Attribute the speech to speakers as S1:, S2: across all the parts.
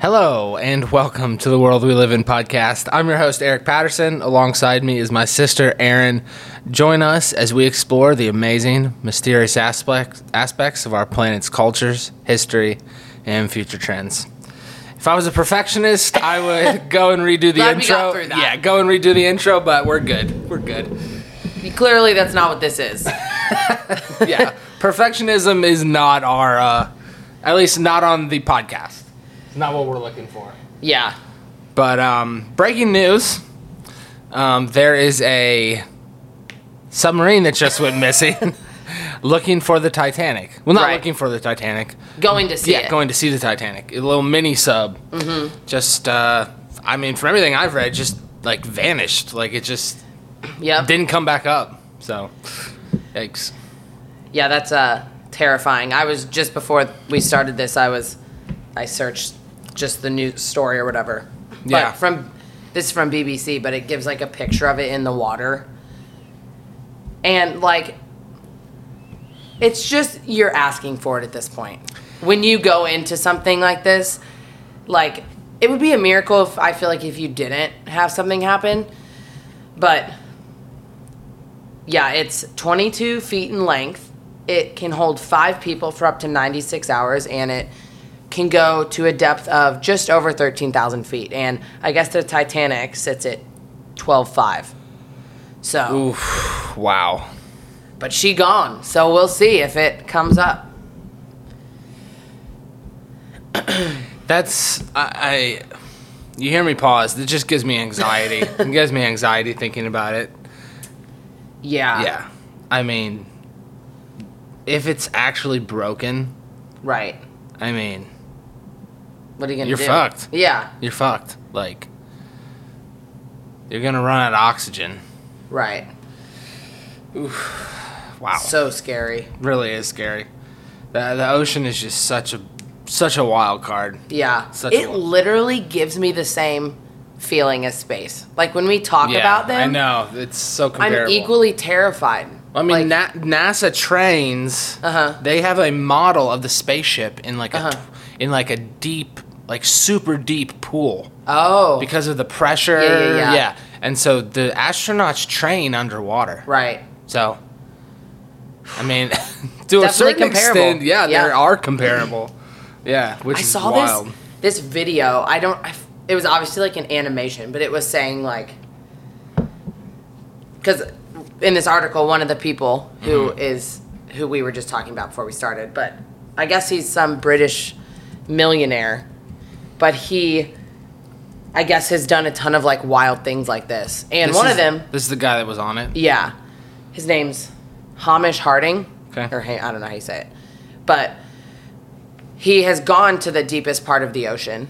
S1: Hello and welcome to the World We Live in podcast. I'm your host, Eric Patterson. Alongside me is my sister, Erin. Join us as we explore the amazing, mysterious aspect, aspects of our planet's cultures, history, and future trends. If I was a perfectionist, I would go and redo the
S2: Glad we
S1: intro.
S2: got through that.
S1: Yeah, go and redo the intro, but we're good. We're good.
S2: Clearly, that's not what this is.
S1: Yeah. Perfectionism is not our, uh, at least not on the podcast. It's not what we're looking for.
S2: Yeah.
S1: But um, breaking news: um, there is a submarine that just went missing, looking for the Titanic. Well, not
S2: Right.
S1: looking for the Titanic.
S2: Going to see
S1: yeah,
S2: it.
S1: going to see the Titanic. A little mini sub. Mm-hmm. Just, uh, I mean, from everything I've read, just like vanished. Like it just
S2: yep.
S1: didn't come back up. So, yikes.
S2: yeah, that's uh, terrifying. I was just before we started this, I was, I searched just the news story or whatever.
S1: Yeah.
S2: But from this is from BBC, but it gives like a picture of it in the water, and like, it's just you're asking for it at this point. When you go into something like this, like it would be a miracle if I feel like if you didn't have something happen, but yeah, it's 22 feet in length. It can hold five people for up to 96 hours, and it can go to a depth of just over 13,000 feet. And I guess the Titanic sits at 12.5. So,
S1: Wow.
S2: but she gone. So we'll see if it comes up.
S1: That's I, I. You hear me pause. It just gives me anxiety. it gives me anxiety thinking about it.
S2: Yeah.
S1: Yeah. I mean, if it's actually broken,
S2: Right.
S1: I mean,
S2: What are you gonna
S1: You're
S2: do?
S1: fucked.
S2: Yeah.
S1: you're fucked. Like, you're going to run out of oxygen.
S2: Right.
S1: Wow.
S2: So scary.
S1: really is scary. The, the ocean is just such a such a wild card.
S2: Yeah.
S1: Such
S2: it
S1: a-
S2: literally gives me the same feeling as space. Like when we talk about them,
S1: I know. It's so comparable.
S2: I'm equally terrified.
S1: I mean, Na- NASA trains.
S2: Uh-huh.
S1: They have a model of the spaceship in like
S2: Uh-huh.
S1: a tw- in like a deep, like super deep pool.
S2: oh,
S1: because of the pressure.
S2: Yeah, yeah, yeah.
S1: And so the astronauts train underwater.
S2: right.
S1: So, I mean, to a
S2: Definitely
S1: certain
S2: comparable.
S1: extent, yeah,
S2: Yeah.
S1: there are comparable. Yeah, which
S2: I
S1: is
S2: saw
S1: wild.
S2: this this video. I don't. I f it was obviously like an animation, but it was saying like because in this article, one of the people who is
S1: Mm-hmm.
S2: who we were just talking about before we started, but I guess he's some British millionaire, but he. I guess has done a ton of like wild things like this, and
S1: This
S2: one
S1: is-
S2: of them
S1: This is the guy that was on it.
S2: Yeah. His name's Hamish Harding.
S1: Okay.
S2: Or Ha- I don't know how you say it. But he has gone to the deepest part of the ocean.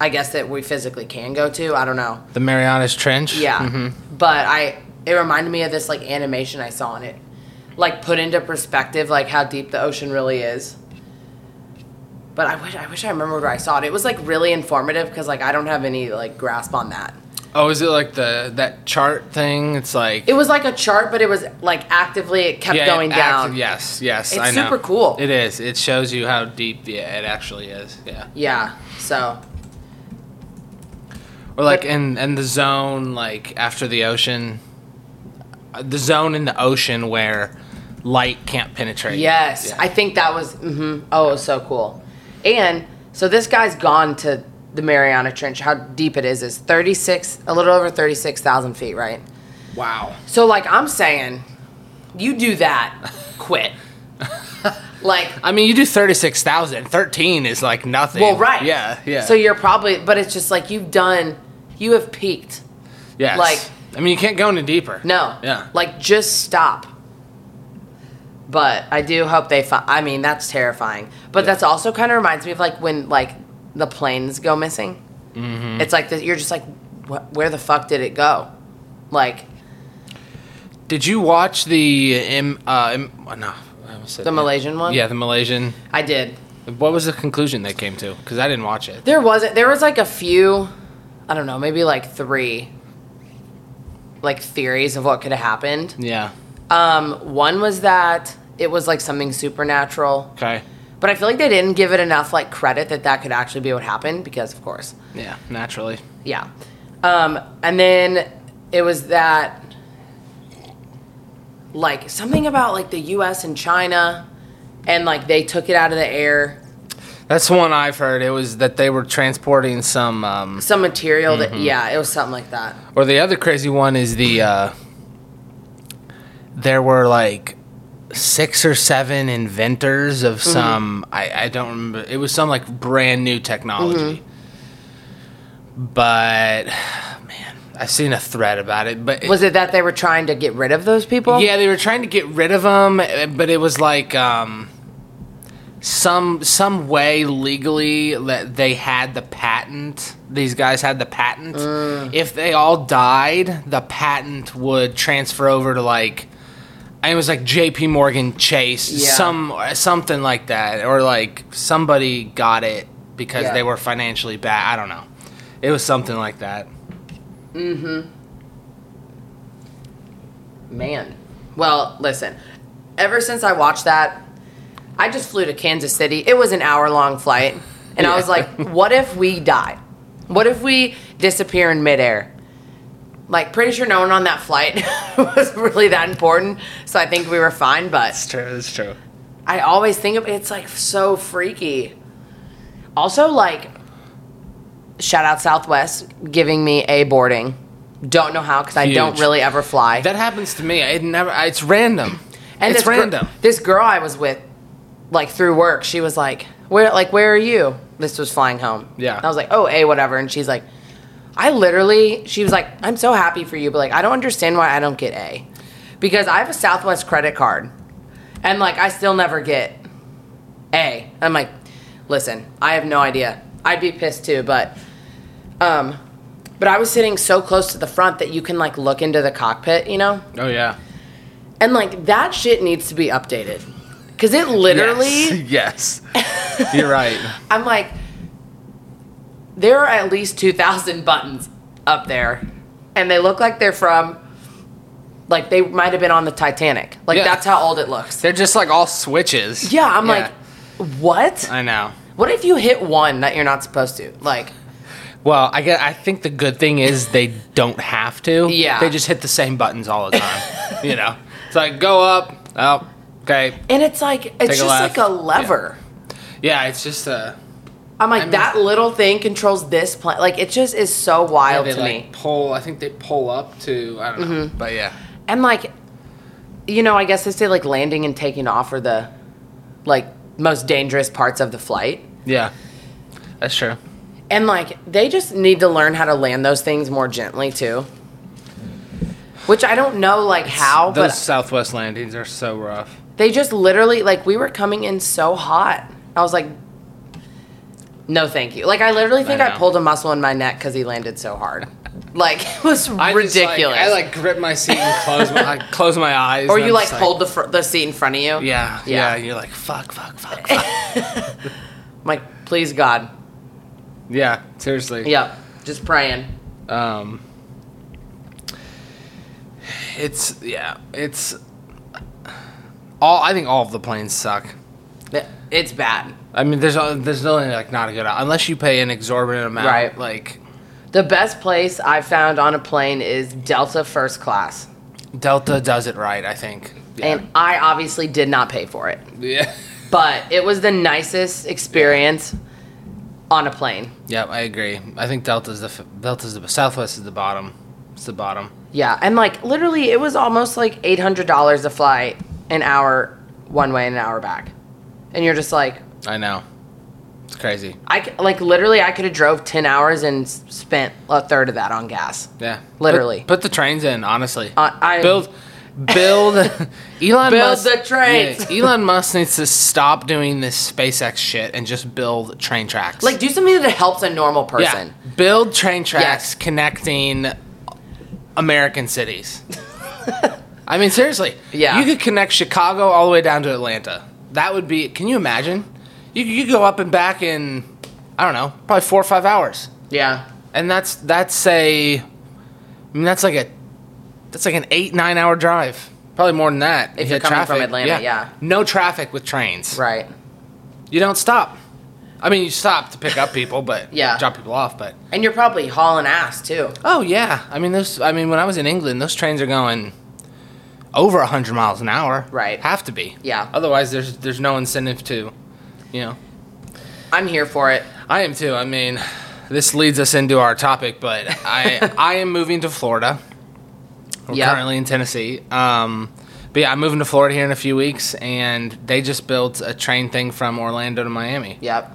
S2: I guess that we physically can go to. I don't know.
S1: The Marianas Trench.
S2: Yeah.
S1: Mhm.
S2: But I it reminded me of this like animation I saw and it like put into perspective like how deep the ocean really is. But I wish I wish I remembered where I saw it. It was like really informative because like I don't have any like grasp on that.
S1: Oh, is it like the that chart thing? It's like
S2: It was like a chart, but it was like actively it kept
S1: yeah,
S2: going
S1: it
S2: down.
S1: act- yes, yes.
S2: It's
S1: I know.
S2: super cool.
S1: It is. It shows you how deep yeah, it actually is. Yeah.
S2: Yeah. So
S1: Or like
S2: But-
S1: in and the zone like after the ocean, uh, the zone in the ocean where light can't penetrate.
S2: yes,
S1: Yeah.
S2: I think that was. hmm Oh, it was so cool. And so this guy's gone to the Mariana Trench. How deep it is is thirty six, a little over thirty six thousand feet, right?
S1: wow.
S2: So like I'm saying, you do that, quit. like
S1: I mean, you do thirty six thousand. Thirteen is like nothing.
S2: well, right?
S1: Yeah, yeah.
S2: So you're probably, but it's just like you've done, you have peaked.
S1: yes.
S2: like-
S1: I mean, you can't go any deeper.
S2: No.
S1: Yeah.
S2: Like just stop. But I do hope they find. I mean, that's terrifying. But that's also kind of reminds me of like when like the planes go missing. It's like this, you're just like, "Wh- where the fuck did it go? Like
S1: Did you watch the M? Uh, M oh, no, I almost said
S2: the
S1: M-
S2: Malaysian one.
S1: Yeah, the Malaysian.
S2: I did.
S1: What was the conclusion they came to? Because I didn't watch it.
S2: There wasn't. There was like a few. I don't know. Maybe like three. Like theories of what could have happened.
S1: Yeah.
S2: Um, one was that it was like something supernatural.
S1: Okay.
S2: But I feel like they didn't give it enough like credit that that could actually be what happened because of course.
S1: Yeah, naturally.
S2: Yeah. Um, and then it was that, like, something about, like, the US and China, and, like, they took it out of the air.
S1: That's the one I've heard. It was that they were transporting some, um,
S2: Some material that, yeah, it was something like that.
S1: or the other crazy one is the, uh, there were like six or seven inventors of some, I, I don't remember, it was some like brand new technology. But, man, I've seen a thread about it. But
S2: Was it that they were trying to get rid of those people?
S1: Yeah, they were trying to get rid of them, but it was like um, some some way legally that they had the patent. These guys had the patent.
S2: Mm.
S1: If they all died, the patent would transfer over to like it was like J.P. Morgan Chase,
S2: Yeah.
S1: some something like that, or like somebody got it because
S2: Yeah.
S1: they were financially bad. I don't know. It was something like that.
S2: Man. Well, listen, ever since I watched that, I just flew to Kansas City. It was an hour long flight. And I was
S1: Yeah.
S2: like, what if we die? What if we disappear in midair? Like, pretty sure no one on that flight was really that important. So I think we were fine. But
S1: true. It's true.
S2: I always think of it's like so freaky. Also, like, shout out Southwest giving me a boarding. Don't know how because I don't
S1: Huge.
S2: really ever fly.
S1: That happens to me. It never. It's random.
S2: And
S1: it's
S2: this gir-
S1: random.
S2: this girl I was with, like through work, she was like, "Where, like, where are you?" This was flying home.
S1: Yeah.
S2: I was like, "Oh, a whatever," and she's like, "I literally," she was like, "I'm so happy for you, but like, I don't understand why I don't get a, because I have a Southwest credit card, and like, I still never get a." I'm like, "Listen, I have no idea. I'd be pissed too, but." Um, but I was sitting so close to the front that you can like look into the cockpit, you know?
S1: oh yeah.
S2: And like that shit needs to be updated. Cause it literally,
S1: Yes. yes. You're right.
S2: I'm like, there are at least 2,000 buttons up there. And they look like they're from, like they might have been on the Titanic. Like
S1: Yeah.
S2: that's how old it looks.
S1: They're just like all switches.
S2: Yeah, I'm like, what?
S1: I know.
S2: what if you hit one that you're not supposed to? Like,
S1: Well, I get. I think the good thing is they don't have to.
S2: Yeah.
S1: They just hit the same buttons all the time. you know. It's like go up. Oh, okay.
S2: and it's like, it's
S1: a
S2: just
S1: left.
S2: like a lever.
S1: Yeah. It's just uh.
S2: I'm like, that little thing controls this plant. Like, it just is so wild
S1: They
S2: to
S1: like
S2: me. Mm-hmm.
S1: pull. I think they pull up to. I don't know. But yeah.
S2: And like, you know, I guess they say like landing and taking off are the like most dangerous parts of the flight.
S1: Yeah. That's true.
S2: And like, they just need to learn how to land those things more gently too. Which I don't know like how,
S1: Those
S2: but
S1: Southwest landings are so rough.
S2: they just literally like we were coming in so hot. I was like, no, thank you. Like I literally think I,
S1: know.
S2: pulled a muscle in my neck because he landed so hard. Like it was
S1: just, like-
S2: ridiculous.
S1: I like grip my seat and close my I close my eyes.
S2: or
S1: and
S2: you
S1: I'm
S2: like
S1: just
S2: hold the fr- the seat in front of you.
S1: Yeah,
S2: Yeah.
S1: yeah, You're like fuck, fuck, fuck, fuck.
S2: I'm like, please God,
S1: yeah, seriously.
S2: Yep. Just praying.
S1: Um. It's yeah. It's all. I think all of the planes suck.
S2: It's bad.
S1: I mean, there's uh, there's nothing like not a good unless you pay an exorbitant amount.
S2: Right.
S1: Like
S2: The best place I found on a plane is Delta first class.
S1: Delta does it right. I think. Yeah.
S2: And I obviously did not pay for it.
S1: yeah.
S2: But it was the nicest experience on a plane.
S1: Yep, I agree. I think Delta's the f- Delta's the Southwest is the bottom. It's the bottom.
S2: Yeah. And like literally it was almost like eight hundred dollars to fly an hour one way and an hour back. And you're just like
S1: I know. It's crazy.
S2: I c- like literally I could have drove ten hours and s- spent a third of that on gas.
S1: Yeah,
S2: Literally.
S1: Put, put the trains in, honestly.
S2: Uh, I-
S1: build, build, Elon build
S2: the trains.
S1: Elon Musk needs to stop doing this SpaceX shit and just build train tracks.
S2: Like do something that helps a normal person.
S1: yeah, build train tracks
S2: Yes.
S1: connecting American cities. I mean, seriously.
S2: Yeah.
S1: you could connect Chicago all the way down to Atlanta. That would be. Can you imagine? You you could go up and back in, I don't know, probably four or five hours
S2: Yeah.
S1: and that's that's a, I mean that's like a, that's like an eight nine hour drive, probably more than that.
S2: If
S1: you
S2: you're
S1: had
S2: coming from Atlanta, yeah.
S1: no traffic with trains.
S2: Right.
S1: You don't stop. I mean, you stop to pick up people, but
S2: Yeah.
S1: drop people off. But
S2: And you're probably hauling ass too.
S1: oh yeah, I mean those. I mean when I was in England, those trains are going over hundred miles an hour.
S2: Right.
S1: have to be.
S2: Yeah.
S1: Otherwise, there's there's no incentive to, you know.
S2: I'm here for it.
S1: I am too. I mean, this leads us into our topic, but I I am moving to Florida. We're
S2: Yep.
S1: currently in Tennessee. Um, but yeah, I'm moving to Florida here in a few weeks, and they just built a train thing from Orlando to Miami.
S2: Yep.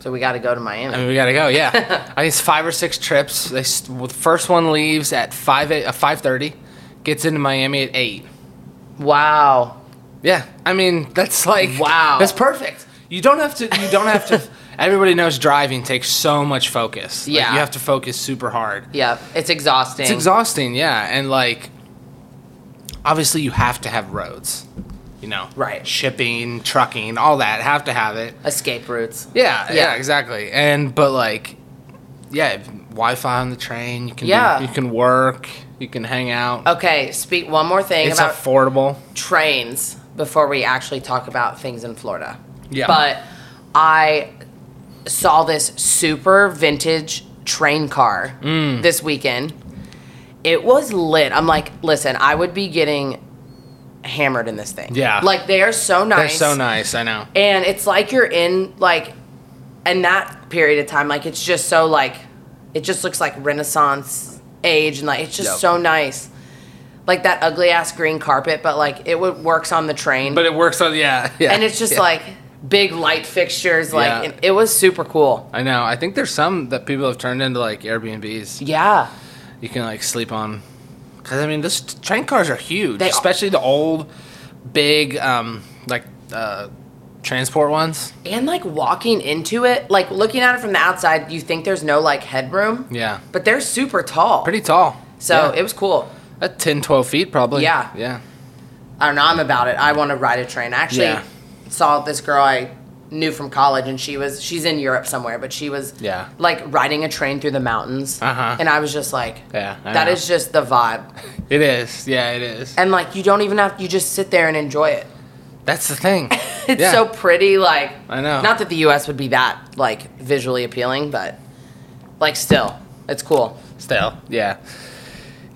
S2: So we got to go to Miami.
S1: I mean, we gotta go. Yeah, I think it's five or six trips. They s- well, the first one leaves at five eight, uh, five thirty, gets into Miami at eight.
S2: wow.
S1: Yeah, I mean that's like
S2: Wow.
S1: that's perfect. You don't have to. You don't have to. everybody knows driving takes so much focus. Like,
S2: Yeah.
S1: you have to focus super hard.
S2: Yep. It's exhausting.
S1: It's exhausting. Yeah, and like obviously you have to have roads. You know,
S2: Right.
S1: Shipping, trucking, all that have to have it.
S2: Escape routes.
S1: Yeah, yeah,
S2: Yeah.
S1: exactly. And but like, yeah, Wi-Fi on the train. You can do-
S2: Yeah.
S1: you can work. You can hang out.
S2: Okay, speak one more thing
S1: it's
S2: about
S1: affordable.
S2: trains before we actually talk about things in Florida.
S1: Yeah.
S2: But I saw this super vintage train car
S1: Mm.
S2: this weekend. It was lit. I'm like, listen, I would be getting hammered in this thing.
S1: Yeah.
S2: Like they are so
S1: They're
S2: nice.
S1: so nice. I know.
S2: And it's like you're in like in that period of time. Like it's just so like it just looks like Renaissance age and like it's just
S1: Yep.
S2: so nice. Like that ugly ass green carpet, but like it would works on the train.
S1: But it works on yeah. yeah
S2: and it's just
S1: yeah.
S2: like big light fixtures, like
S1: Yeah.
S2: and it was super cool.
S1: I know. I think there's some that people have turned into like Airbnbs.
S2: Yeah.
S1: You can like sleep on. Cause I mean, this train cars are huge,
S2: They are.
S1: especially the old, big, um, like uh, transport ones.
S2: And like walking into it, like looking at it from the outside, you think there's no like headroom.
S1: Yeah,
S2: But they're super tall.
S1: pretty tall.
S2: so
S1: yeah.
S2: it was cool.
S1: at 10, 12 feet probably.
S2: Yeah.
S1: yeah.
S2: I don't know. I'm about it. I want to ride a train. I actually
S1: Yeah.
S2: saw this girl I knew from college, and she was she's in Europe somewhere, but she was
S1: Yeah.
S2: like riding a train through the mountains,
S1: Uh-huh.
S2: and I was just like,
S1: Yeah, I
S2: that
S1: know.
S2: is just the vibe,
S1: It is. Yeah, it is.
S2: and like you don't even have you just sit there and enjoy it.
S1: That's the thing.
S2: It's
S1: Yeah.
S2: so pretty, like
S1: I know.
S2: Not that the U.S. would be that like visually appealing, but like still, it's cool.
S1: still. Yeah.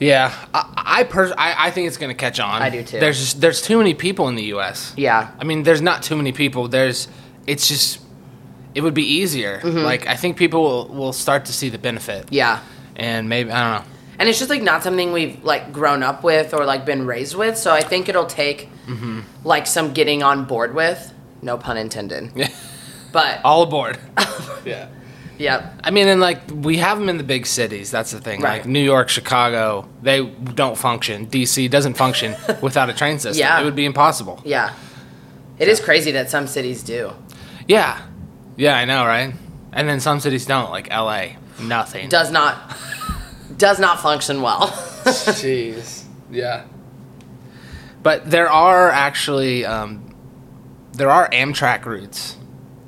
S1: Yeah. I I, pers- I I think it's gonna catch on.
S2: I do too.
S1: There's just, there's too many people in the U.S.
S2: Yeah.
S1: I mean, there's not too many people. There's it's just it would be easier. Like I think people will, will start to see the benefit.
S2: Yeah.
S1: And maybe I don't know.
S2: And it's just like not something we've like grown up with or like been raised with. So I think it'll take
S1: Mm-hmm.
S2: like some getting on board with. No pun intended.
S1: Yeah.
S2: But
S1: All aboard. yeah.
S2: yeah,
S1: I mean, and like we have them in the big cities. That's the thing.
S2: Right.
S1: Like New York, Chicago, they don't function. DC doesn't function without a train system.
S2: Yeah.
S1: It would be impossible.
S2: yeah. It is crazy that some cities do.
S1: Yeah. Yeah, I know, right? And then some cities don't, like LA. Nothing.
S2: Does not does not function well.
S1: Jeez. Yeah. But there are actually um, there are Amtrak routes,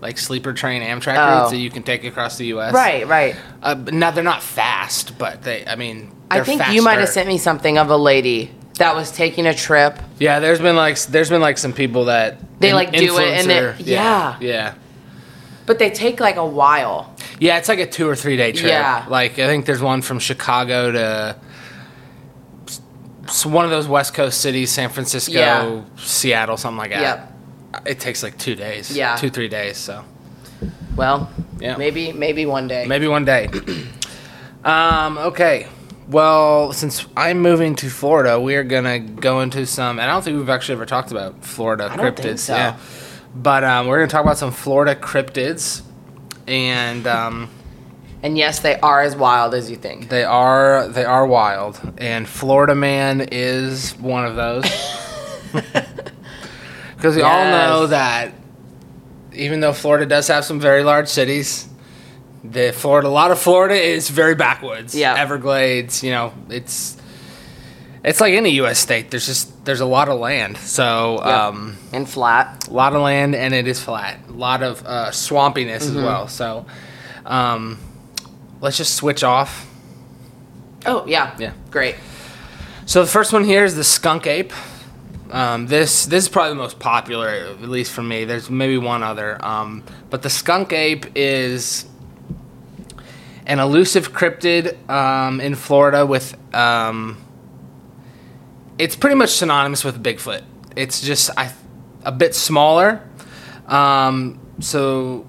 S1: like sleeper train Amtrak
S2: Oh.
S1: routes that you can take across the U.S.
S2: right.
S1: Uh, but now they're not fast, but they. I mean,
S2: I
S1: they're
S2: think you might have
S1: faster.
S2: sent me something of a lady that was taking a trip.
S1: Yeah, there's been like there's been like some people that
S2: They, like, do it and
S1: influencer-
S2: it-
S1: yeah yeah
S2: But they take like a while.
S1: Yeah, it's like a two or three day trip.
S2: Yeah.
S1: Like I think there's one from Chicago to s- s- one of those West Coast cities, San Francisco,
S2: Yeah.
S1: Seattle, something like that.
S2: Yep.
S1: It takes like two days.
S2: Yeah.
S1: Two, three days, so
S2: Well,
S1: Yeah.
S2: maybe maybe one day.
S1: maybe one day. um, okay. Well, since I'm moving to Florida, we are gonna go into some and I don't think we've actually ever talked about Florida
S2: I
S1: cryptids.
S2: don't think so.
S1: Yeah. But um, we're gonna talk about some Florida cryptids. And um
S2: And yes, they are as wild as you think.
S1: They are they are wild, and Florida Man is one of those. Because we all know
S2: Yes.
S1: that even though Florida does have some very large cities, the Florida a lot of Florida is very backwoods.
S2: Yeah.
S1: Everglades, you know, it's it's like any U.S. state. There's just there's a lot of land, so
S2: Yeah.
S1: um,
S2: and flat.
S1: a lot of land, and it is flat. A lot of uh, swampiness
S2: Mm-hmm.
S1: as well. So um, let's just switch off.
S2: Oh yeah.
S1: Yeah.
S2: Great.
S1: So the first one here is the skunk ape. Um, this this is probably the most popular, at least for me. There's maybe one other, um, but the skunk ape is an elusive cryptid um, in Florida with. Um, it's pretty much synonymous with Bigfoot. It's just I, a bit smaller. Um, so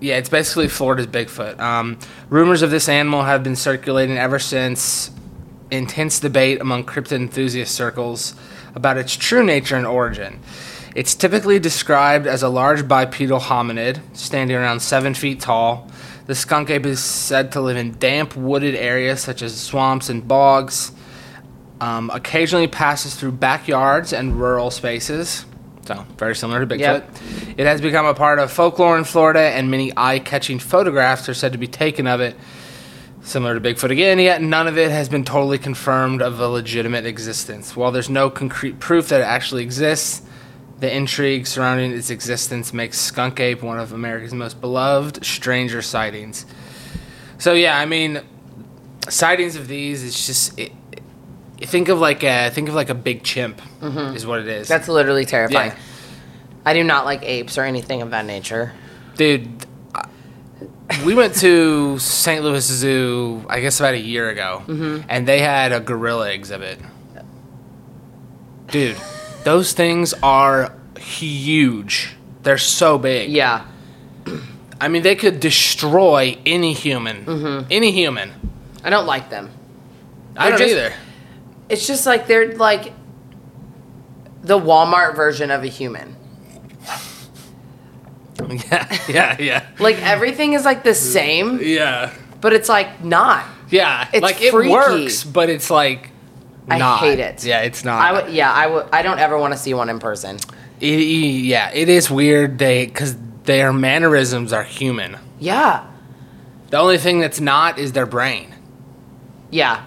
S1: yeah, it's basically Florida's Bigfoot. Um, rumors of this animal have been circulating ever since intense debate among cryptid enthusiast circles about its true nature and origin. It's typically described as a large bipedal hominid, standing around seven feet tall. The skunk ape is said to live in damp, wooded areas such as swamps and bogs. Um, occasionally passes through backyards and rural spaces. So, very similar to Bigfoot.
S2: Yep.
S1: It has become a part of folklore in Florida, and many eye catching photographs are said to be taken of it, similar to Bigfoot again, yet none of it has been totally confirmed of a legitimate existence. While there's no concrete proof that it actually exists, the intrigue surrounding its existence makes Skunk Ape one of America's most beloved stranger sightings. So, yeah, I mean, sightings of these, it's just. It, it- Think of like a think of like a big chimp is what it is.
S2: That's literally terrifying.
S1: Yeah.
S2: I do not like apes or anything of that nature.
S1: Dude, I- we went to St. Louis Zoo, I guess about a year ago,
S2: Mm-hmm.
S1: and they had a gorilla exhibit. Dude, those things are huge. They're so big.
S2: Yeah.
S1: I mean, they could destroy any human. Any human.
S2: I don't like them.
S1: I
S2: Mm-hmm. They're
S1: don't
S2: just-
S1: either.
S2: It's just like they're like the Walmart version of a human.
S1: Yeah, yeah, yeah.
S2: Like everything is like the same,
S1: Yeah.
S2: but it's like not.
S1: Yeah.
S2: It's
S1: like, it
S2: freaky.
S1: works, but it's like.
S2: I
S1: not.
S2: hate it.
S1: Yeah, it's not.
S2: I would, yeah, I would. I don't ever want to see one in person.
S1: It, e- yeah, it is weird. They because their mannerisms are human.
S2: Yeah,
S1: The only thing that's not is their brain.
S2: yeah,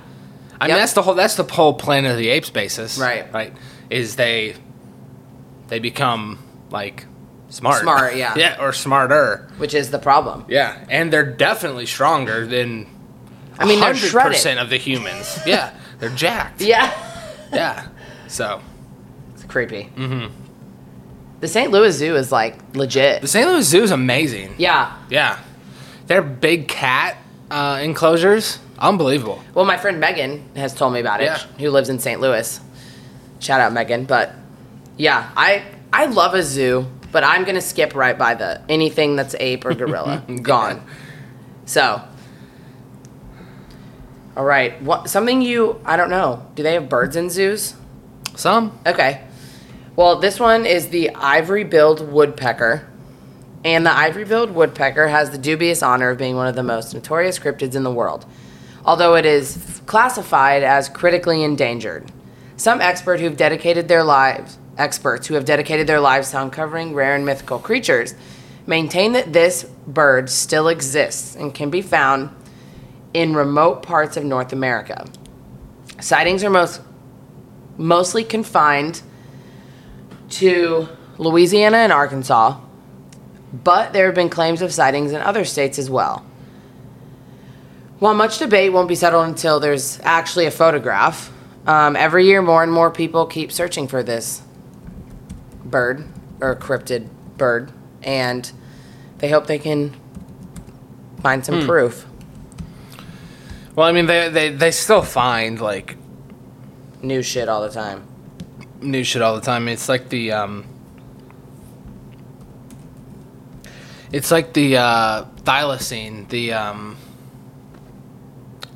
S1: I
S2: Yep.
S1: mean, that's the whole that's the whole Planet of the Apes basis.
S2: Right.
S1: Right. Is they they become like smart.
S2: Smart, yeah.
S1: yeah, or smarter.
S2: which is the problem.
S1: Yeah, and they're definitely stronger than.
S2: I mean, they're
S1: 100%
S2: shredded.
S1: of the humans. Yeah, they're jacked.
S2: Yeah,
S1: yeah. So
S2: it's creepy. Mm-hmm. The St. Louis Zoo is like
S1: the
S2: legit.
S1: St. Louis Zoo is amazing.
S2: Yeah.
S1: Yeah. Their big cat uh, enclosures, unbelievable.
S2: Well, my friend Megan has told me about it.
S1: Yeah.
S2: Who lives in St. Louis? Shout out Megan. But yeah, I I love a zoo, but I'm gonna skip right by the anything that's ape or gorilla. Gone. So. All right. What something you I don't know. Do they have birds in zoos?
S1: Some.
S2: Okay. Well, this one is the ivory-billed woodpecker. And the ivory-billed woodpecker has the dubious honor of being one of the most notorious cryptids in the world, although it is classified as critically endangered. Some expert who've dedicated their lives experts who have dedicated their lives to uncovering rare and mythical creatures maintain that this bird still exists and can be found in remote parts of North America. Sightings are most mostly confined to Louisiana and Arkansas, but there have been claims of sightings in other states as well. While much debate won't be settled until there's actually a photograph, um, every year more and more people keep searching for this bird or cryptid bird, and they hope they can find some
S1: Hmm.
S2: proof.
S1: Well, I mean, they, they they still find like
S2: New shit all the time.
S1: new shit all the time. It's like the um, it's like the uh, thylacine. The um,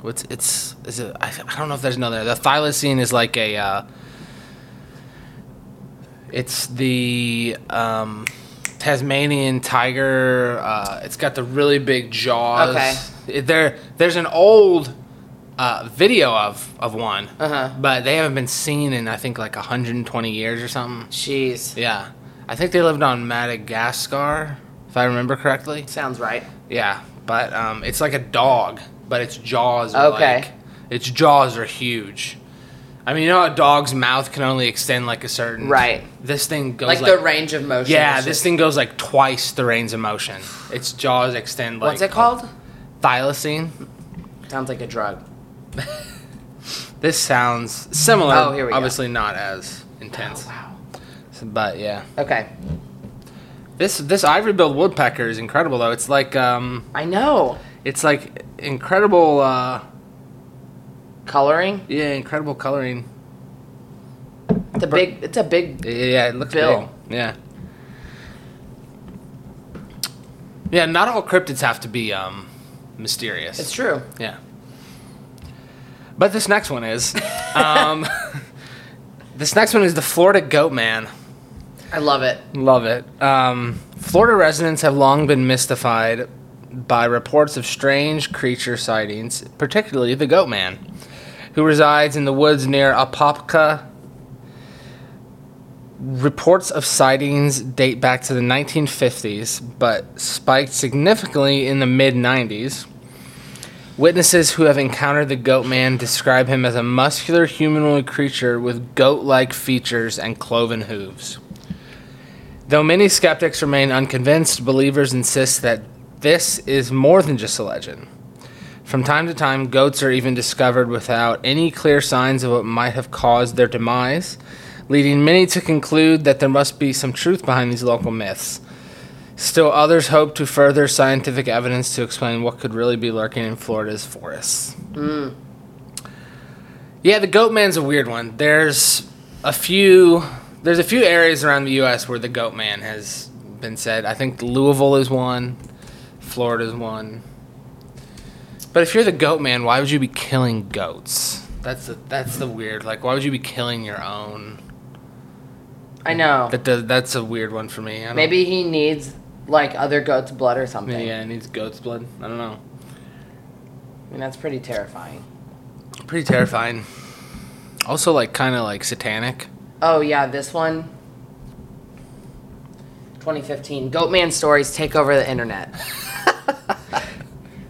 S1: what's it's is it? I, I don't know if there's another. The thylacine is like a uh, it's the um. Tasmanian tiger. Uh, it's got the really big jaws.
S2: Okay.
S1: It- There, there's an old uh, video of of one,
S2: Uh-huh.
S1: but they haven't been seen in I think like 120 years or something.
S2: Jeez.
S1: Yeah, I think they lived on Madagascar, if I remember correctly.
S2: Sounds right.
S1: Yeah, but um, it's like a dog, but its jaws. Are
S2: Okay.
S1: Like, its jaws are huge. I mean, you know, how a dog's mouth can only extend like a certain.
S2: Right.
S1: This thing goes
S2: Like,
S1: like,
S2: the range of motion.
S1: Yeah,
S2: is
S1: this
S2: just-
S1: thing goes like twice the range of motion. Its jaws extend like. oh.
S2: What's it called?
S1: Thylacine.
S2: Sounds like a drug.
S1: This sounds similar.
S2: Oh, here we go.
S1: obviously not as intense.
S2: wow.
S1: So- But yeah.
S2: Okay.
S1: This this ivory billed woodpecker is incredible though. It's like um
S2: I know.
S1: it's like incredible uh
S2: Coloring.
S1: yeah, incredible coloring.
S2: The big. It's a big.
S1: Yeah, yeah, it looks
S2: Bill.
S1: big. Yeah. Yeah, not all cryptids have to be um mysterious.
S2: It's true.
S1: Yeah. But this next one is um this next one is the Florida goat man.
S2: I love it.
S1: Love it. Um, Florida residents have long been mystified by reports of strange creature sightings, particularly the goat man, who resides in the woods near Apopka. Reports of sightings date back to the 1950s, but spiked significantly in the mid 90s. Witnesses who have encountered the goat man describe him as a muscular humanoid creature with goat like features and cloven hooves. Though many skeptics remain unconvinced, believers insist that this is more than just a legend. From time to time, goats are even discovered without any clear signs of what might have caused their demise, leading many to conclude that there must be some truth behind these local myths. Still, others hope to further scientific evidence to explain what could really be lurking in Florida's forests. Yeah, the goat man's a weird one. There's a few there's a few areas around the US where the goat man has been said. I think Louisville is one, Florida's one. But if you're the goat man, why would you be killing goats? That's the that's the weird. Like why would you be killing your own?
S2: I know.
S1: That does, that's a weird one for me. I don't,
S2: Maybe he needs like other goat's blood or something.
S1: yeah, it needs goat's blood. I don't know.
S2: I mean, that's pretty terrifying.
S1: Pretty terrifying. Also like kind of like satanic.
S2: Oh yeah, this one. 2015. Goatman stories take over the internet.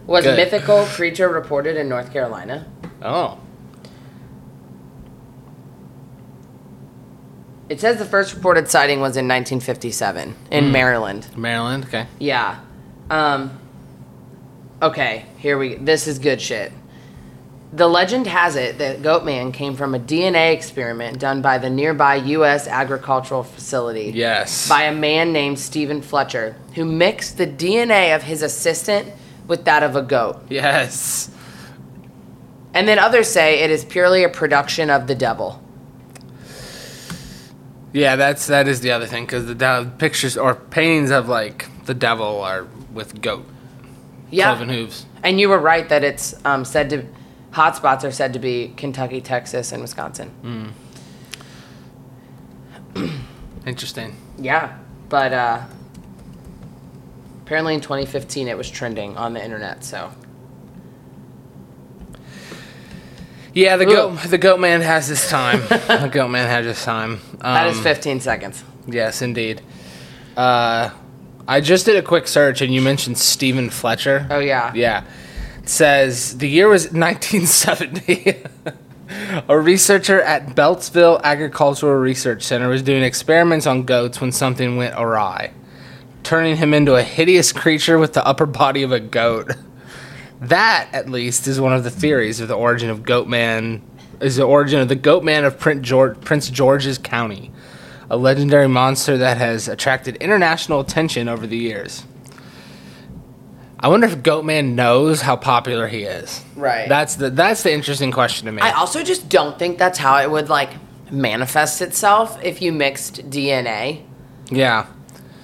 S2: Was
S1: Good.
S2: mythical creature reported in North Carolina?
S1: Oh.
S2: It says the first reported sighting was in 1957 in
S1: Hmm.
S2: Maryland.
S1: Maryland, okay.
S2: Yeah. Um, okay, here we. This is good shit. The legend has it that Goatman came from a DNA experiment done by the nearby U.S. agricultural facility.
S1: Yes.
S2: by a man named Stephen Fletcher, who mixed the DNA of his assistant with that of a goat.
S1: Yes.
S2: And then others say it is purely a production of the devil.
S1: Yeah, that's that is the other thing because the dev- pictures or paintings of like the devil are with goat
S2: Yeah.
S1: cloven hooves.
S2: And you were right that it's um, said to, hotspots are said to be Kentucky, Texas, and Wisconsin.
S1: Interesting.
S2: Yeah. But uh, apparently in 2015 it was trending on the internet, so.
S1: Yeah, the
S2: Ooh.
S1: goat the goat man has his time. the goat man has his time. Um,
S2: that is 15 seconds.
S1: Yes, indeed. Uh, I just did a quick search and you mentioned Stephen Fletcher.
S2: Oh, yeah.
S1: Yeah. It says the year was 1970. a researcher at Beltsville Agricultural Research Center was doing experiments on goats when something went awry, turning him into a hideous creature with the upper body of a goat. That, at least, is one of the theories of the origin of Goatman. Is the origin of the Goatman of Prince, George, Prince George's County, a legendary monster that has attracted international attention over the years. I wonder if Goatman knows how popular he is.
S2: Right.
S1: That's the that's the interesting question to me.
S2: I also just don't think that's how it would, like, manifest itself if you mixed DNA.
S1: yeah.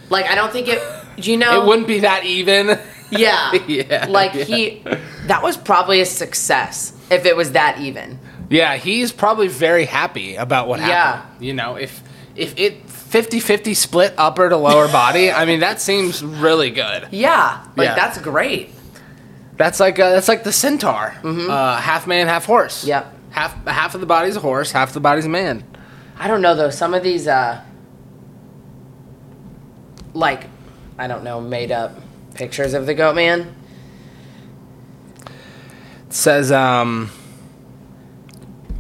S2: Like I don't think it. You know,
S1: It wouldn't be that even.
S2: Yeah,
S1: Yeah,
S2: Like
S1: yeah.
S2: he, that was probably a success if it was that even.
S1: Yeah, he's probably very happy about what
S2: Yeah.
S1: happened. You know, if if it 50-50 split upper to lower body, I mean that seems really good.
S2: Yeah, like
S1: Yeah.
S2: that's great.
S1: That's like uh, that's like the centaur, uh, half man, half horse.
S2: Yep.
S1: Half half of the body's a horse, half the body's a man.
S2: I don't know though. Some of these, uh like, I don't know, made up pictures of the goat man.
S1: It says um,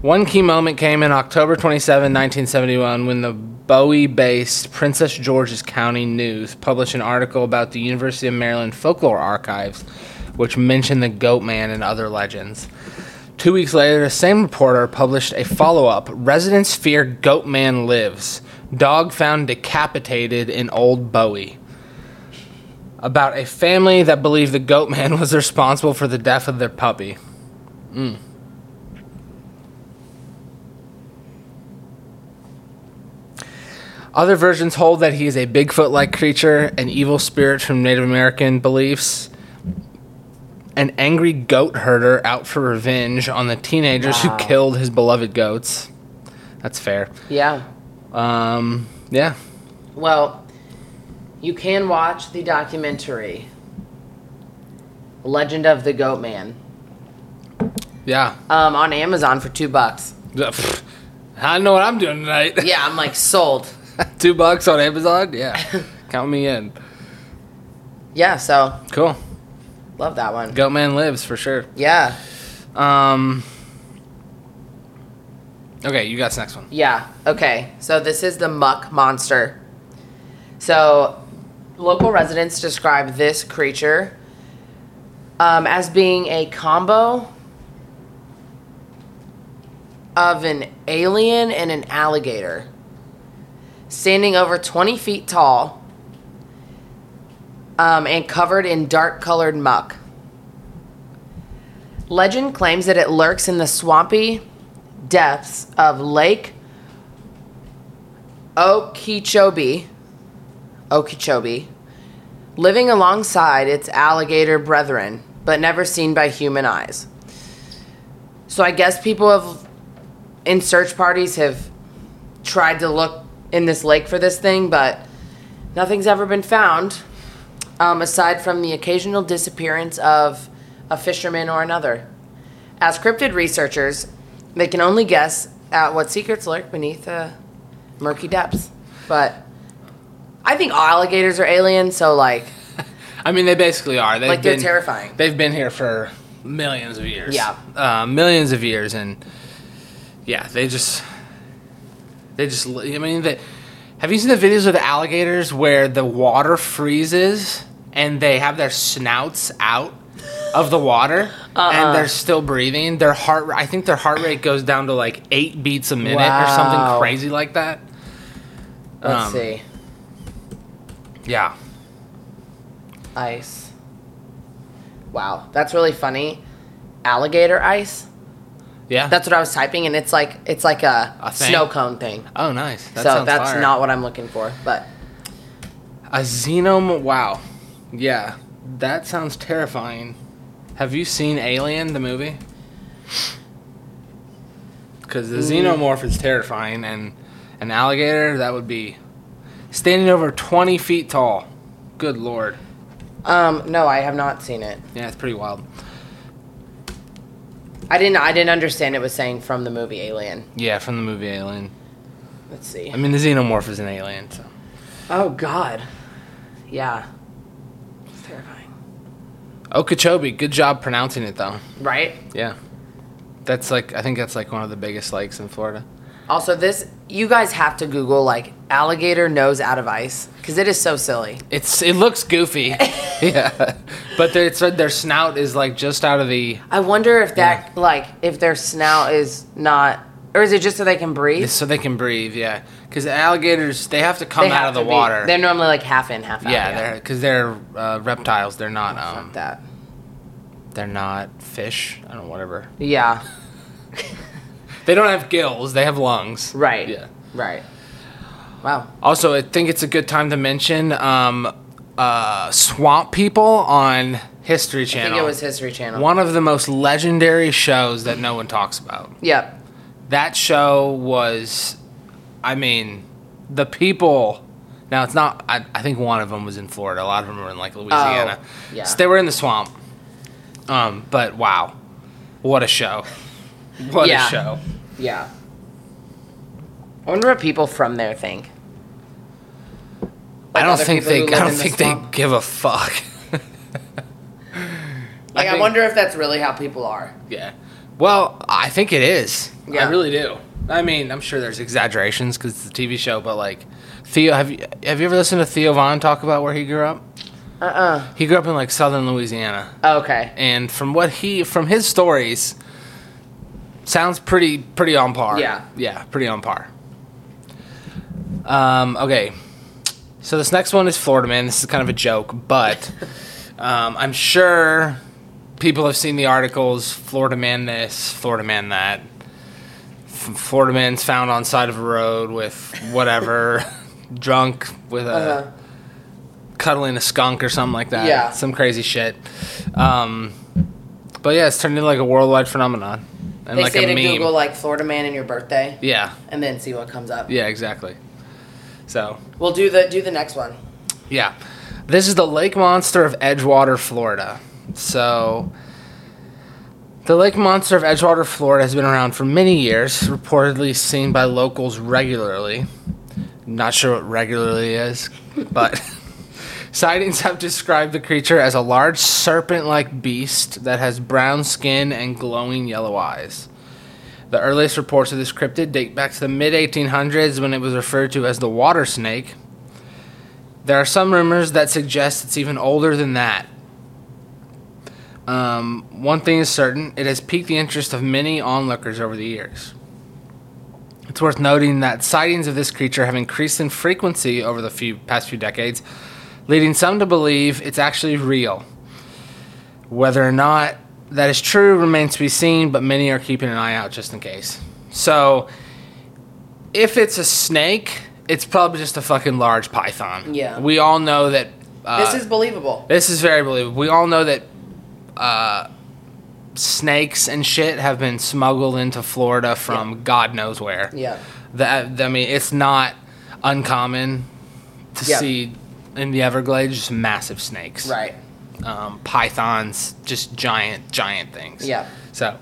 S1: one key moment came in October 27, 1971, when the Bowie-based Princess George's County News published an article about the University of Maryland Folklore Archives, which mentioned the goat man and other legends. Two weeks later, the same reporter published a follow up Residents fear goat man lives. Dog found decapitated in Old Bowie. About a family that believed the goat man was responsible for the death of their puppy. Other versions hold that he is a Bigfoot like creature, an evil spirit from Native American beliefs, an angry goat herder out for revenge on the teenagers
S2: Wow.
S1: who killed his beloved goats. That's fair.
S2: Yeah.
S1: Um, yeah.
S2: Well, you can watch the documentary Legend of the Goat Man
S1: Yeah.
S2: um, on Amazon for two bucks.
S1: Yeah, pfft. I know what I'm doing tonight.
S2: Yeah, I'm like sold.
S1: Two bucks on Amazon? Yeah. Count me in.
S2: Yeah, so
S1: Cool.
S2: love that one.
S1: Goat Man lives for sure.
S2: Yeah,
S1: Um, okay, you got this next one.
S2: yeah. Okay, so this is the muck monster. So local residents describe this creature um, as being a combo of an alien and an alligator, standing over 20 feet tall um, and covered in dark colored muck. Legend claims that it lurks in the swampy depths of Lake Okeechobee, Okeechobee, living alongside its alligator brethren, but never seen by human eyes. So I guess people have, in search parties, have tried to look in this lake for this thing, but nothing's ever been found, um, aside from the occasional disappearance of a fisherman or another. As cryptid researchers, they can only guess at what secrets lurk beneath uh, the murky depths. But I think alligators are aliens, so like,
S1: I mean, they basically are. They've
S2: like
S1: been,
S2: they're terrifying.
S1: They've been here for millions of years.
S2: Yeah.
S1: Uh, millions of years, and yeah, they just, they just. li- I mean, they, have you seen the videos of the alligators where the water freezes and they have their snouts out of the water
S2: Uh-uh.
S1: and they're still breathing? Their heart, I think their heart rate goes down to like eight beats a minute or
S2: Wow.
S1: something crazy like that.
S2: Let's
S1: Um,
S2: see,
S1: Yeah.
S2: ice. Wow, that's really funny. Alligator ice.
S1: Yeah.
S2: That's what I was typing, and it's like it's like a,
S1: A thing?
S2: snow cone thing.
S1: oh, nice. That
S2: so
S1: sounds
S2: that's
S1: fire.
S2: not what I'm looking for, but
S1: A xenome. Wow. Yeah. That sounds terrifying. Have you seen Alien, the movie? Because the xenomorph is terrifying, and an alligator, that would be standing over 20 feet tall. Good lord.
S2: um, no, I have not seen it.
S1: Yeah, it's pretty wild.
S2: I didn't. I didn't understand it was saying from the movie Alien.
S1: Yeah, from the movie Alien.
S2: Let's see.
S1: I mean, the xenomorph is an alien, so.
S2: Oh God. Yeah. It's terrifying.
S1: Okeechobee, good job pronouncing it, though.
S2: Right?
S1: Yeah. That's like, I think that's like one of the biggest lakes in Florida.
S2: Also, this you guys have to Google like alligator nose out of ice because it is so silly.
S1: It's it looks goofy, yeah, but their it's, their snout is like just out of the.
S2: I wonder if that like if their snout is not, or is it just so they can breathe?
S1: It's so they can breathe, yeah. Because alligators they have to come
S2: They
S1: out
S2: have
S1: of the
S2: to be-
S1: water.
S2: They're normally like half in, half out.
S1: yeah, they're because they're uh, reptiles. They're not
S2: Fuck
S1: um,
S2: that.
S1: they're not fish. I don't know, whatever.
S2: Yeah.
S1: They don't have gills. They have lungs.
S2: Right.
S1: Yeah.
S2: Right. Wow.
S1: Also, I think it's a good time to mention um, uh, swamp people on History
S2: I
S1: Channel.
S2: think it was History Channel.
S1: one of the most legendary shows that no one talks about.
S2: Yep.
S1: that show was i mean the people now it's not i, I think one of them was in florida a lot of them were in like louisiana
S2: Oh, yeah.
S1: so they were in the swamp um, but wow what a show what
S2: Yeah.
S1: a show
S2: Yeah. I wonder what people from there think.
S1: i
S2: Like
S1: don't
S2: other
S1: think
S2: people
S1: they
S2: who
S1: i
S2: live
S1: don't
S2: in the
S1: think
S2: swamp?
S1: they give a fuck
S2: Like, I,
S1: think-
S2: wonder if that's really how people are.
S1: yeah well i think it is
S2: Yeah.
S1: i really do i mean i'm sure there's exaggerations because it's a tv show but like theo have you have you ever listened to theo vaughn talk about where he grew up Uh-uh.
S2: Uh
S1: he grew up in like southern louisiana
S2: uh Okay.
S1: and from what he from his stories Sounds pretty pretty on par.
S2: Yeah.
S1: Yeah, pretty on par. Um, okay. So this next one is Florida Man. This is kind of a joke, but um, I'm sure people have seen the articles Florida Man this, Florida Man that. F- Florida man's found on side of a road with whatever, drunk with a
S2: Uh,
S1: cuddling a skunk or something like that.
S2: Yeah.
S1: Some crazy shit. Um, but yeah, it's turned into like a worldwide phenomenon. And
S2: they
S1: like
S2: say
S1: a
S2: to
S1: meme.
S2: Google like Florida man and your birthday,
S1: yeah.
S2: and then see what comes up.
S1: Yeah, exactly. So,
S2: We'll do the do the next one.
S1: yeah. This is the lake monster of Edgewater, Florida. So, the lake monster of Edgewater, Florida has been around for many years, reportedly seen by locals regularly. Not sure what regularly is, but sightings have described the creature as a large serpent like beast that has brown skin and glowing yellow eyes. The earliest reports of this cryptid date back to the mid 1800s when it was referred to as the water snake. There are some rumors that suggest it's even older than that. Um, one thing is certain it has piqued the interest of many onlookers over the years. It's worth noting that sightings of this creature have increased in frequency over the few, past few decades, leading some to believe it's actually real. Whether or not that is true remains to be seen, but many are keeping an eye out just in case. So, if it's a snake, it's probably just a fucking large python.
S2: Yeah.
S1: We all know that. Uh,
S2: this is believable.
S1: this is very believable. We all know that uh, snakes and shit have been smuggled into Florida from God knows where.
S2: Yeah.
S1: That I mean, it's not uncommon to
S2: Yeah.
S1: see in the Everglades just massive snakes,
S2: Right.
S1: Um, pythons, just giant, giant things.
S2: Yeah.
S1: So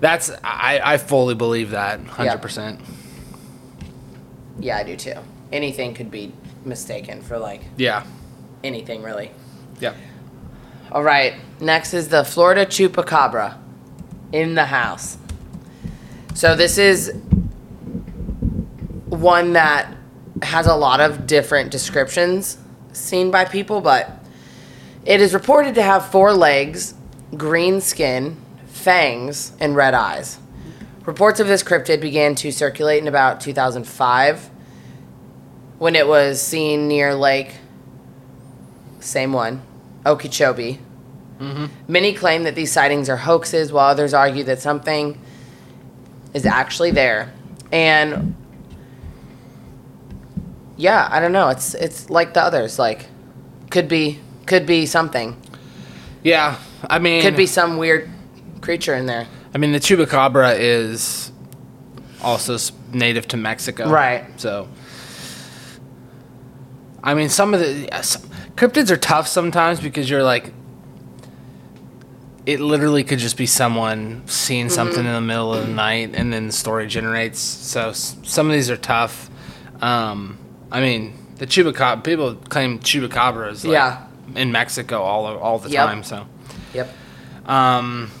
S1: that's I, I fully believe that, hundred percent.
S2: Yeah, I do too. Anything could be mistaken for like
S1: Yeah.
S2: anything really.
S1: Yeah.
S2: All right. Next is the Florida Chupacabra in the house. So this is one that has a lot of different descriptions seen by people, but it is reported to have four legs, green skin, fangs, and red eyes. Reports of this cryptid began to circulate in about 2005 when it was seen near Lake same one, Okeechobee. Mm-hmm. Many claim that these sightings are hoaxes, while others argue that something is actually there. And yeah, I don't know. It's it's like the others. Like could be could be something.
S1: Yeah. I mean,
S2: Could be some weird creature in there.
S1: I mean, the chupacabra is also s- native to Mexico,
S2: Right.
S1: So, I mean, some of the yeah, some, cryptids are tough sometimes because you're like, it literally could just be someone seeing
S2: Mm-hmm.
S1: something in the middle of the night, and then the story generates. So s- some of these are tough. Um, I mean, the chupacabra people claim chupacabras, like,
S2: Yeah.
S1: in Mexico all o- all the
S2: Yep.
S1: time. So.
S2: Yep.
S1: Um,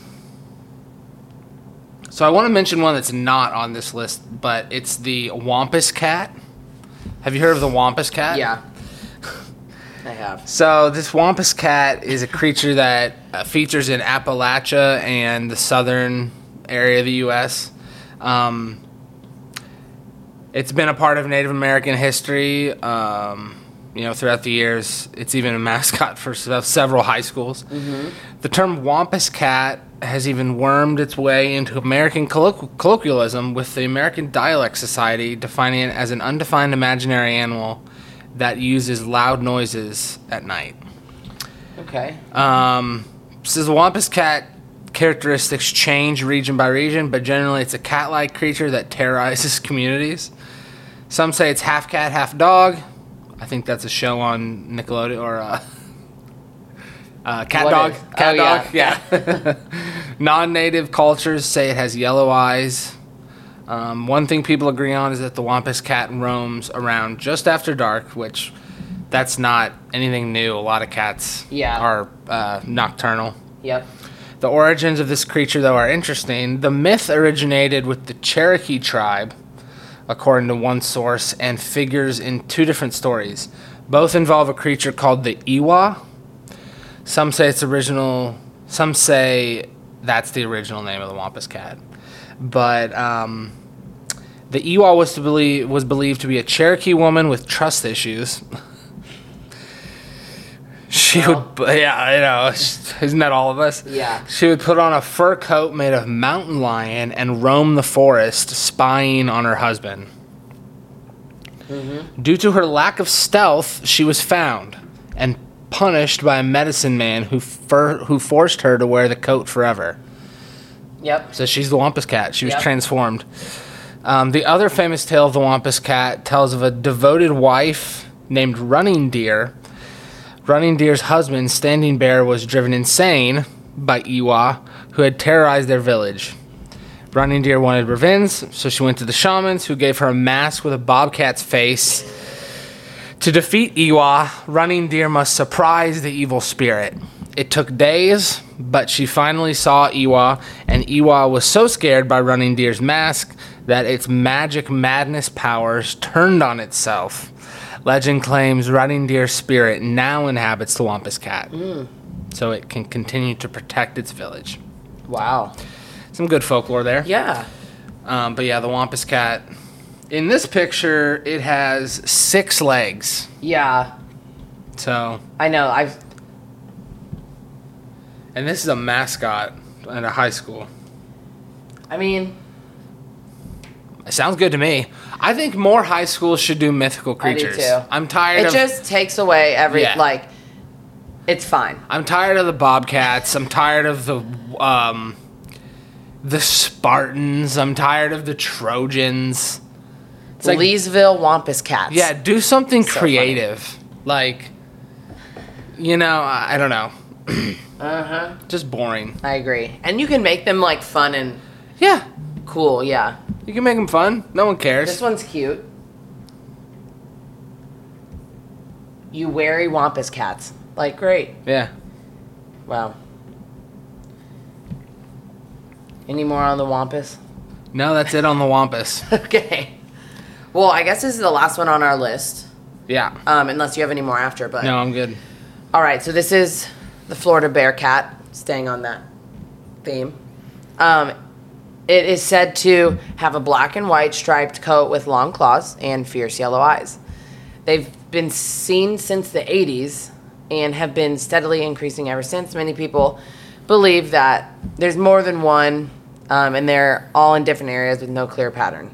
S1: so I want to mention one that's not on this list, but it's the Wampus Cat. Have you heard of the Wampus Cat?
S2: Yeah. Uh, I have.
S1: So this Wampus Cat is a creature that uh, features in Appalachia and the southern area of the U.S. Um, it's been a part of Native American history, um, you know, throughout the years. It's even a mascot for se- several high schools. The term Wampus Cat has even wormed its way into American colloqu- colloquialism, with the American Dialect Society defining it as an undefined imaginary animal that uses loud noises at night.
S2: Okay.
S1: Um, says the Wampus Cat characteristics change region by region, but generally it's a cat like creature that terrorizes communities. Some say it's half cat, half dog. I think that's a show on Nickelodeon or uh, uh, Cat
S2: What
S1: Dog.
S2: is-
S1: Cat
S2: oh,
S1: Dog, yeah. Non native cultures say it has yellow eyes. Um, one thing people agree on is that the Wampus Cat roams around just after dark, which that's not anything new. A lot of cats
S2: Yeah.
S1: are uh, nocturnal.
S2: Yep.
S1: The origins of this creature, though, are interesting. The myth originated with the Cherokee tribe, according to one source, and figures in two different stories. Both involve a creature called the Iwa. Some say it's original, some say that's the original name of the Wampus Cat. But um, the Ewol was to believe was believed to be a Cherokee woman with trust issues. She would, bu- yeah, I know. Isn't that all of us?
S2: Yeah.
S1: She would put on a fur coat made of mountain lion and roam the forest, spying on her husband. Due to her lack of stealth, she was found and punished by a medicine man who fur- who forced her to wear the coat forever.
S2: Yep.
S1: So she's the Wampus Cat. She was
S2: Yep.
S1: transformed. Um, the other famous tale of the Wampus Cat tells of a devoted wife named Running Deer. Running Deer's husband, Standing Bear, was driven insane by Iwa, who had terrorized their village. Running Deer wanted revenge, so she went to the shamans, who gave her a mask with a bobcat's face. To defeat Iwa, Running Deer must surprise the evil spirit. It took days, but she finally saw Iwa, and Iwa was so scared by Running Deer's mask that its magic madness powers turned on itself. Legend claims Running Deer's spirit now inhabits the Wampus Cat, so it can continue to protect its village.
S2: Wow.
S1: Some good folklore there.
S2: Yeah.
S1: Um, but yeah, the Wampus Cat. In this picture, it has six legs.
S2: Yeah.
S1: So
S2: I know. I've
S1: And this is a mascot at a high school.
S2: I mean,
S1: It sounds good to me. I think more high schools should do mythical
S2: I do
S1: creatures.
S2: too.
S1: am tired
S2: it
S1: of
S2: just takes away every
S1: Yeah.
S2: like it's fine.
S1: I'm tired of the Bobcats. I'm tired of the um the Spartans. I'm tired of the Trojans. It's like
S2: Leesville Wampus Cats.
S1: yeah, do something
S2: So funny.
S1: creative. Like you know, I, I don't know.
S2: Uh-huh.
S1: Just boring.
S2: I agree. And you can make them like fun and
S1: Yeah.
S2: cool, yeah.
S1: You can make them fun. No one cares.
S2: This one's cute. You wary Wampus Cats. Like great.
S1: yeah.
S2: Wow. Any more on the Wampus?
S1: No, that's it on the Wampus.
S2: okay. Well, I guess this is the last one on our list.
S1: Yeah.
S2: Um, unless you have any more after, but
S1: No, I'm good.
S2: All right, so this is the Florida bear cat, staying on that theme. Um, it is said to have a black and white striped coat with long claws and fierce yellow eyes. They've been seen since the 80s and have been steadily increasing ever since. Many people believe that there's more than one, um, and they're all in different areas with no clear pattern.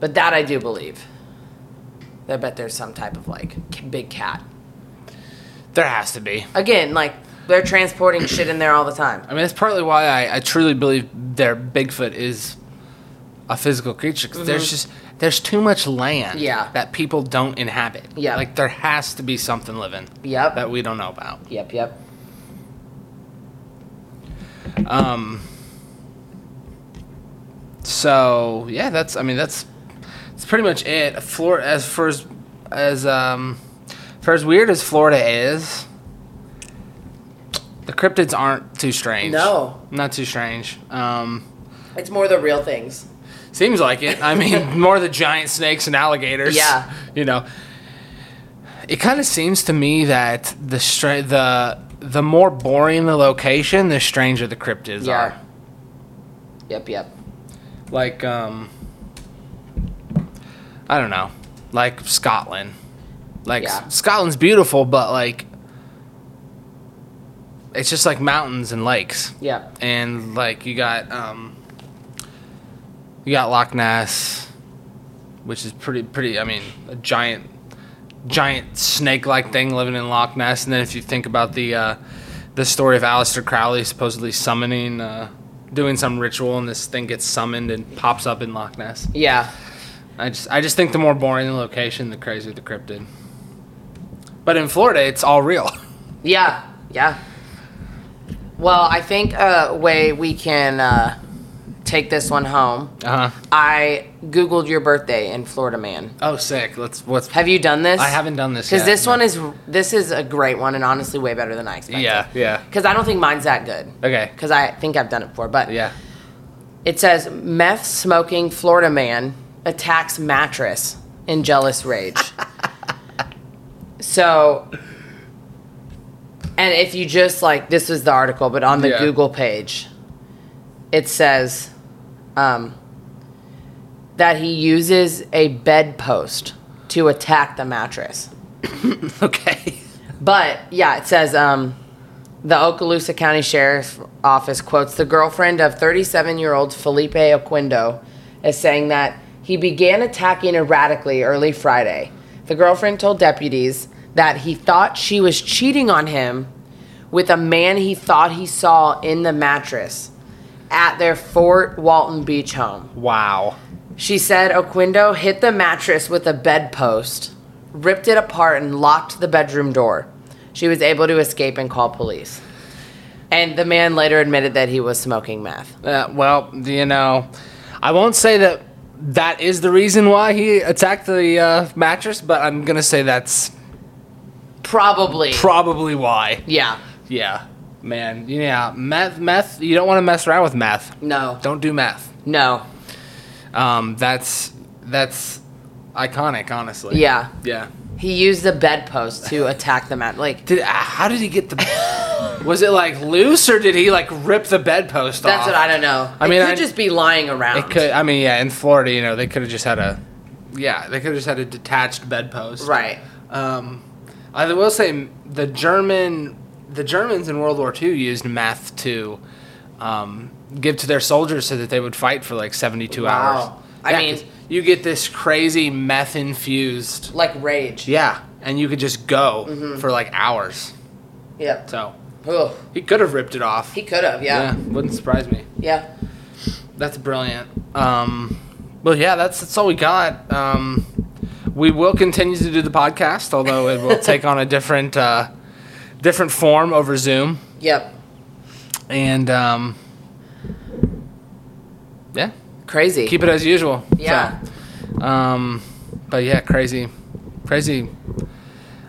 S2: But that I do believe. I bet there's some type of like c- big cat
S1: There has to be.
S2: again, like they're transporting shit in there all the time.
S1: I mean, that's partly why I, I truly believe their Bigfoot is a physical creature. 'cause there's just there's too much land
S2: Mm-hmm. Yeah.
S1: that people don't inhabit.
S2: Yeah.
S1: like there has to be something living
S2: Yep.
S1: that we don't know about.
S2: yep. Yep.
S1: Um. So yeah, that's I mean that's that's pretty much it. Flor as for as as um for as weird as Florida is, the cryptids aren't too strange.
S2: No.
S1: not too strange. Um.
S2: It's more the real things.
S1: Seems like it. I mean, more the giant snakes and alligators.
S2: Yeah.
S1: You know, it kind of seems to me that the stra- the the more boring the location, the stranger the cryptids
S2: Yeah. Yep. Yep.
S1: are. Like, um, I don't know, like Scotland. Like
S2: Yeah.
S1: Scotland's beautiful, but like, it's just like mountains and lakes,
S2: Yep.
S1: and like you got um, you got Loch Ness, which is pretty pretty. I mean, a giant, giant snake-like thing living in Loch Ness. And then if you think about the uh, the story of Aleister Crowley supposedly summoning, uh, doing some ritual, and this thing gets summoned and pops up in Loch Ness.
S2: Yeah.
S1: I just I just think the more boring the location, the crazier the cryptid. But in Florida, it's all real.
S2: Yeah. Yeah. Well, I think a way we can uh, take this one home.
S1: Uh huh.
S2: I googled your birthday in Florida Man.
S1: Oh, sick. Let's what's.
S2: Have you done this?
S1: I haven't done this
S2: Because
S1: yet,
S2: this
S1: no.
S2: one is this is a great one and honestly way better than I expected.
S1: Yeah. Yeah.
S2: Because I don't think mine's that good.
S1: Okay.
S2: Because I think I've done it before, but
S1: Yeah.
S2: It says meth smoking Florida man attacks mattress in jealous rage. so and if you just like this was the article but on the
S1: Yeah.
S2: Google page it says um, that he uses a bedpost to attack the mattress.
S1: Okay.
S2: But yeah, it says um, the Okaloosa County Sheriff's Office quotes the girlfriend of 37 year old Felipe Oquindo as saying that he began attacking erratically early Friday. The girlfriend told deputies that he thought she was cheating on him with a man he thought he saw in the mattress at their Fort Walton Beach home.
S1: Wow.
S2: She said Oquindo hit the mattress with a bedpost, ripped it apart, and locked the bedroom door. She was able to escape and call police. And the man later admitted that he was smoking meth.
S1: Uh, well, you know, I won't say that that is the reason why he attacked the uh, mattress, but I'm gonna say that's
S2: Probably.
S1: probably why.
S2: yeah.
S1: Yeah, man. Yeah, meth. Meth. You don't want to mess around with meth.
S2: No.
S1: Don't do meth.
S2: No.
S1: Um, that's that's iconic, honestly.
S2: Yeah.
S1: Yeah.
S2: He used the bedpost to attack the mat. Like,
S1: Did uh, how did he get the? was it like loose or did he like rip the bedpost
S2: that's
S1: off?
S2: what I don't know.
S1: I
S2: it
S1: mean,
S2: could
S1: I-
S2: just be lying around.
S1: It could. I mean, yeah. In Florida, you know, they could have just had a. Yeah, they could have just had a detached bedpost.
S2: Right.
S1: Um, I will say the German, the Germans in World War II used math to um, give to their soldiers so that they would fight for like seventy-two
S2: Wow.
S1: hours.
S2: I
S1: Yeah,
S2: mean-
S1: 'cause you get this crazy meth-infused.
S2: Like rage.
S1: Yeah, and you could just go
S2: Mm-hmm.
S1: for like hours.
S2: Yep.
S1: So
S2: Ugh.
S1: he could have ripped it off.
S2: He could have, yeah.
S1: wouldn't surprise me.
S2: Yeah.
S1: That's brilliant. Um, well, yeah, that's that's all we got. Um, we will continue to do the podcast, although it will take on a different uh, different form over Zoom.
S2: Yep.
S1: And um, yeah,
S2: Crazy.
S1: keep it as usual.
S2: yeah.
S1: So, um, but yeah, crazy, crazy.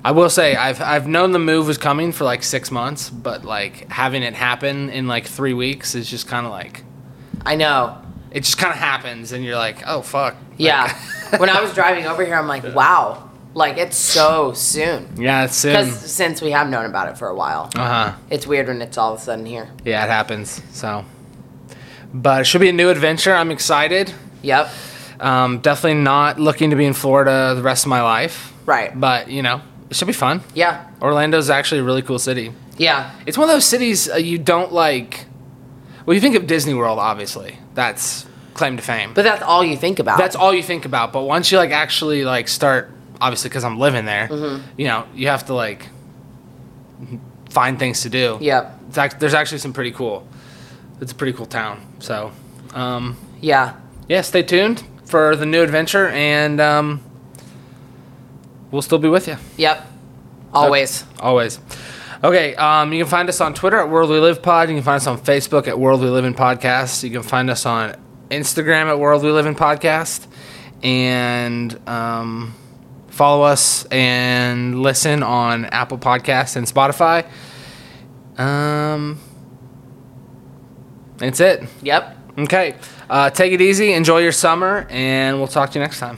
S1: I will say I've I've known the move was coming for like six months, but like having it happen in like three weeks is just kind of like
S2: I know.
S1: it just kind of happens, and you're like, oh fuck. Like-
S2: Yeah. when I was driving over here, I'm like, wow, like it's so soon.
S1: Yeah, it's soon.
S2: Because since we have known about it for a while,
S1: Uh huh.
S2: it's weird when it's all of a sudden here.
S1: Yeah, it happens. So, but it should be a new adventure. I'm excited.
S2: Yep.
S1: Um, definitely not looking to be in Florida the rest of my life,
S2: Right.
S1: but you know, it should be fun.
S2: Yeah.
S1: Orlando's actually a really cool city.
S2: Yeah.
S1: It's one of those cities uh, you don't like. Well, you think of Disney World, obviously. That's claim to fame.
S2: But that's all you think about.
S1: that's all you think about. But once you like actually like start, obviously, because I'm living there, you know, you have to like find things to do.
S2: Yep.
S1: It's act- there's actually some pretty cool. It's a pretty cool town. So, um,
S2: Yeah.
S1: yeah, stay tuned for the new adventure, and um, we'll still be with you
S2: Yep. Always.
S1: always. Okay, um, you can find us on Twitter at World We Live Pod. You can find us on Facebook at World We Live in Podcast. You can find us on Instagram at World We Live in Podcast, and um, follow us and listen on Apple Podcasts and Spotify. Um, that's it.
S2: Yep.
S1: Okay, uh, take it easy, enjoy your summer, and we'll talk to you next time.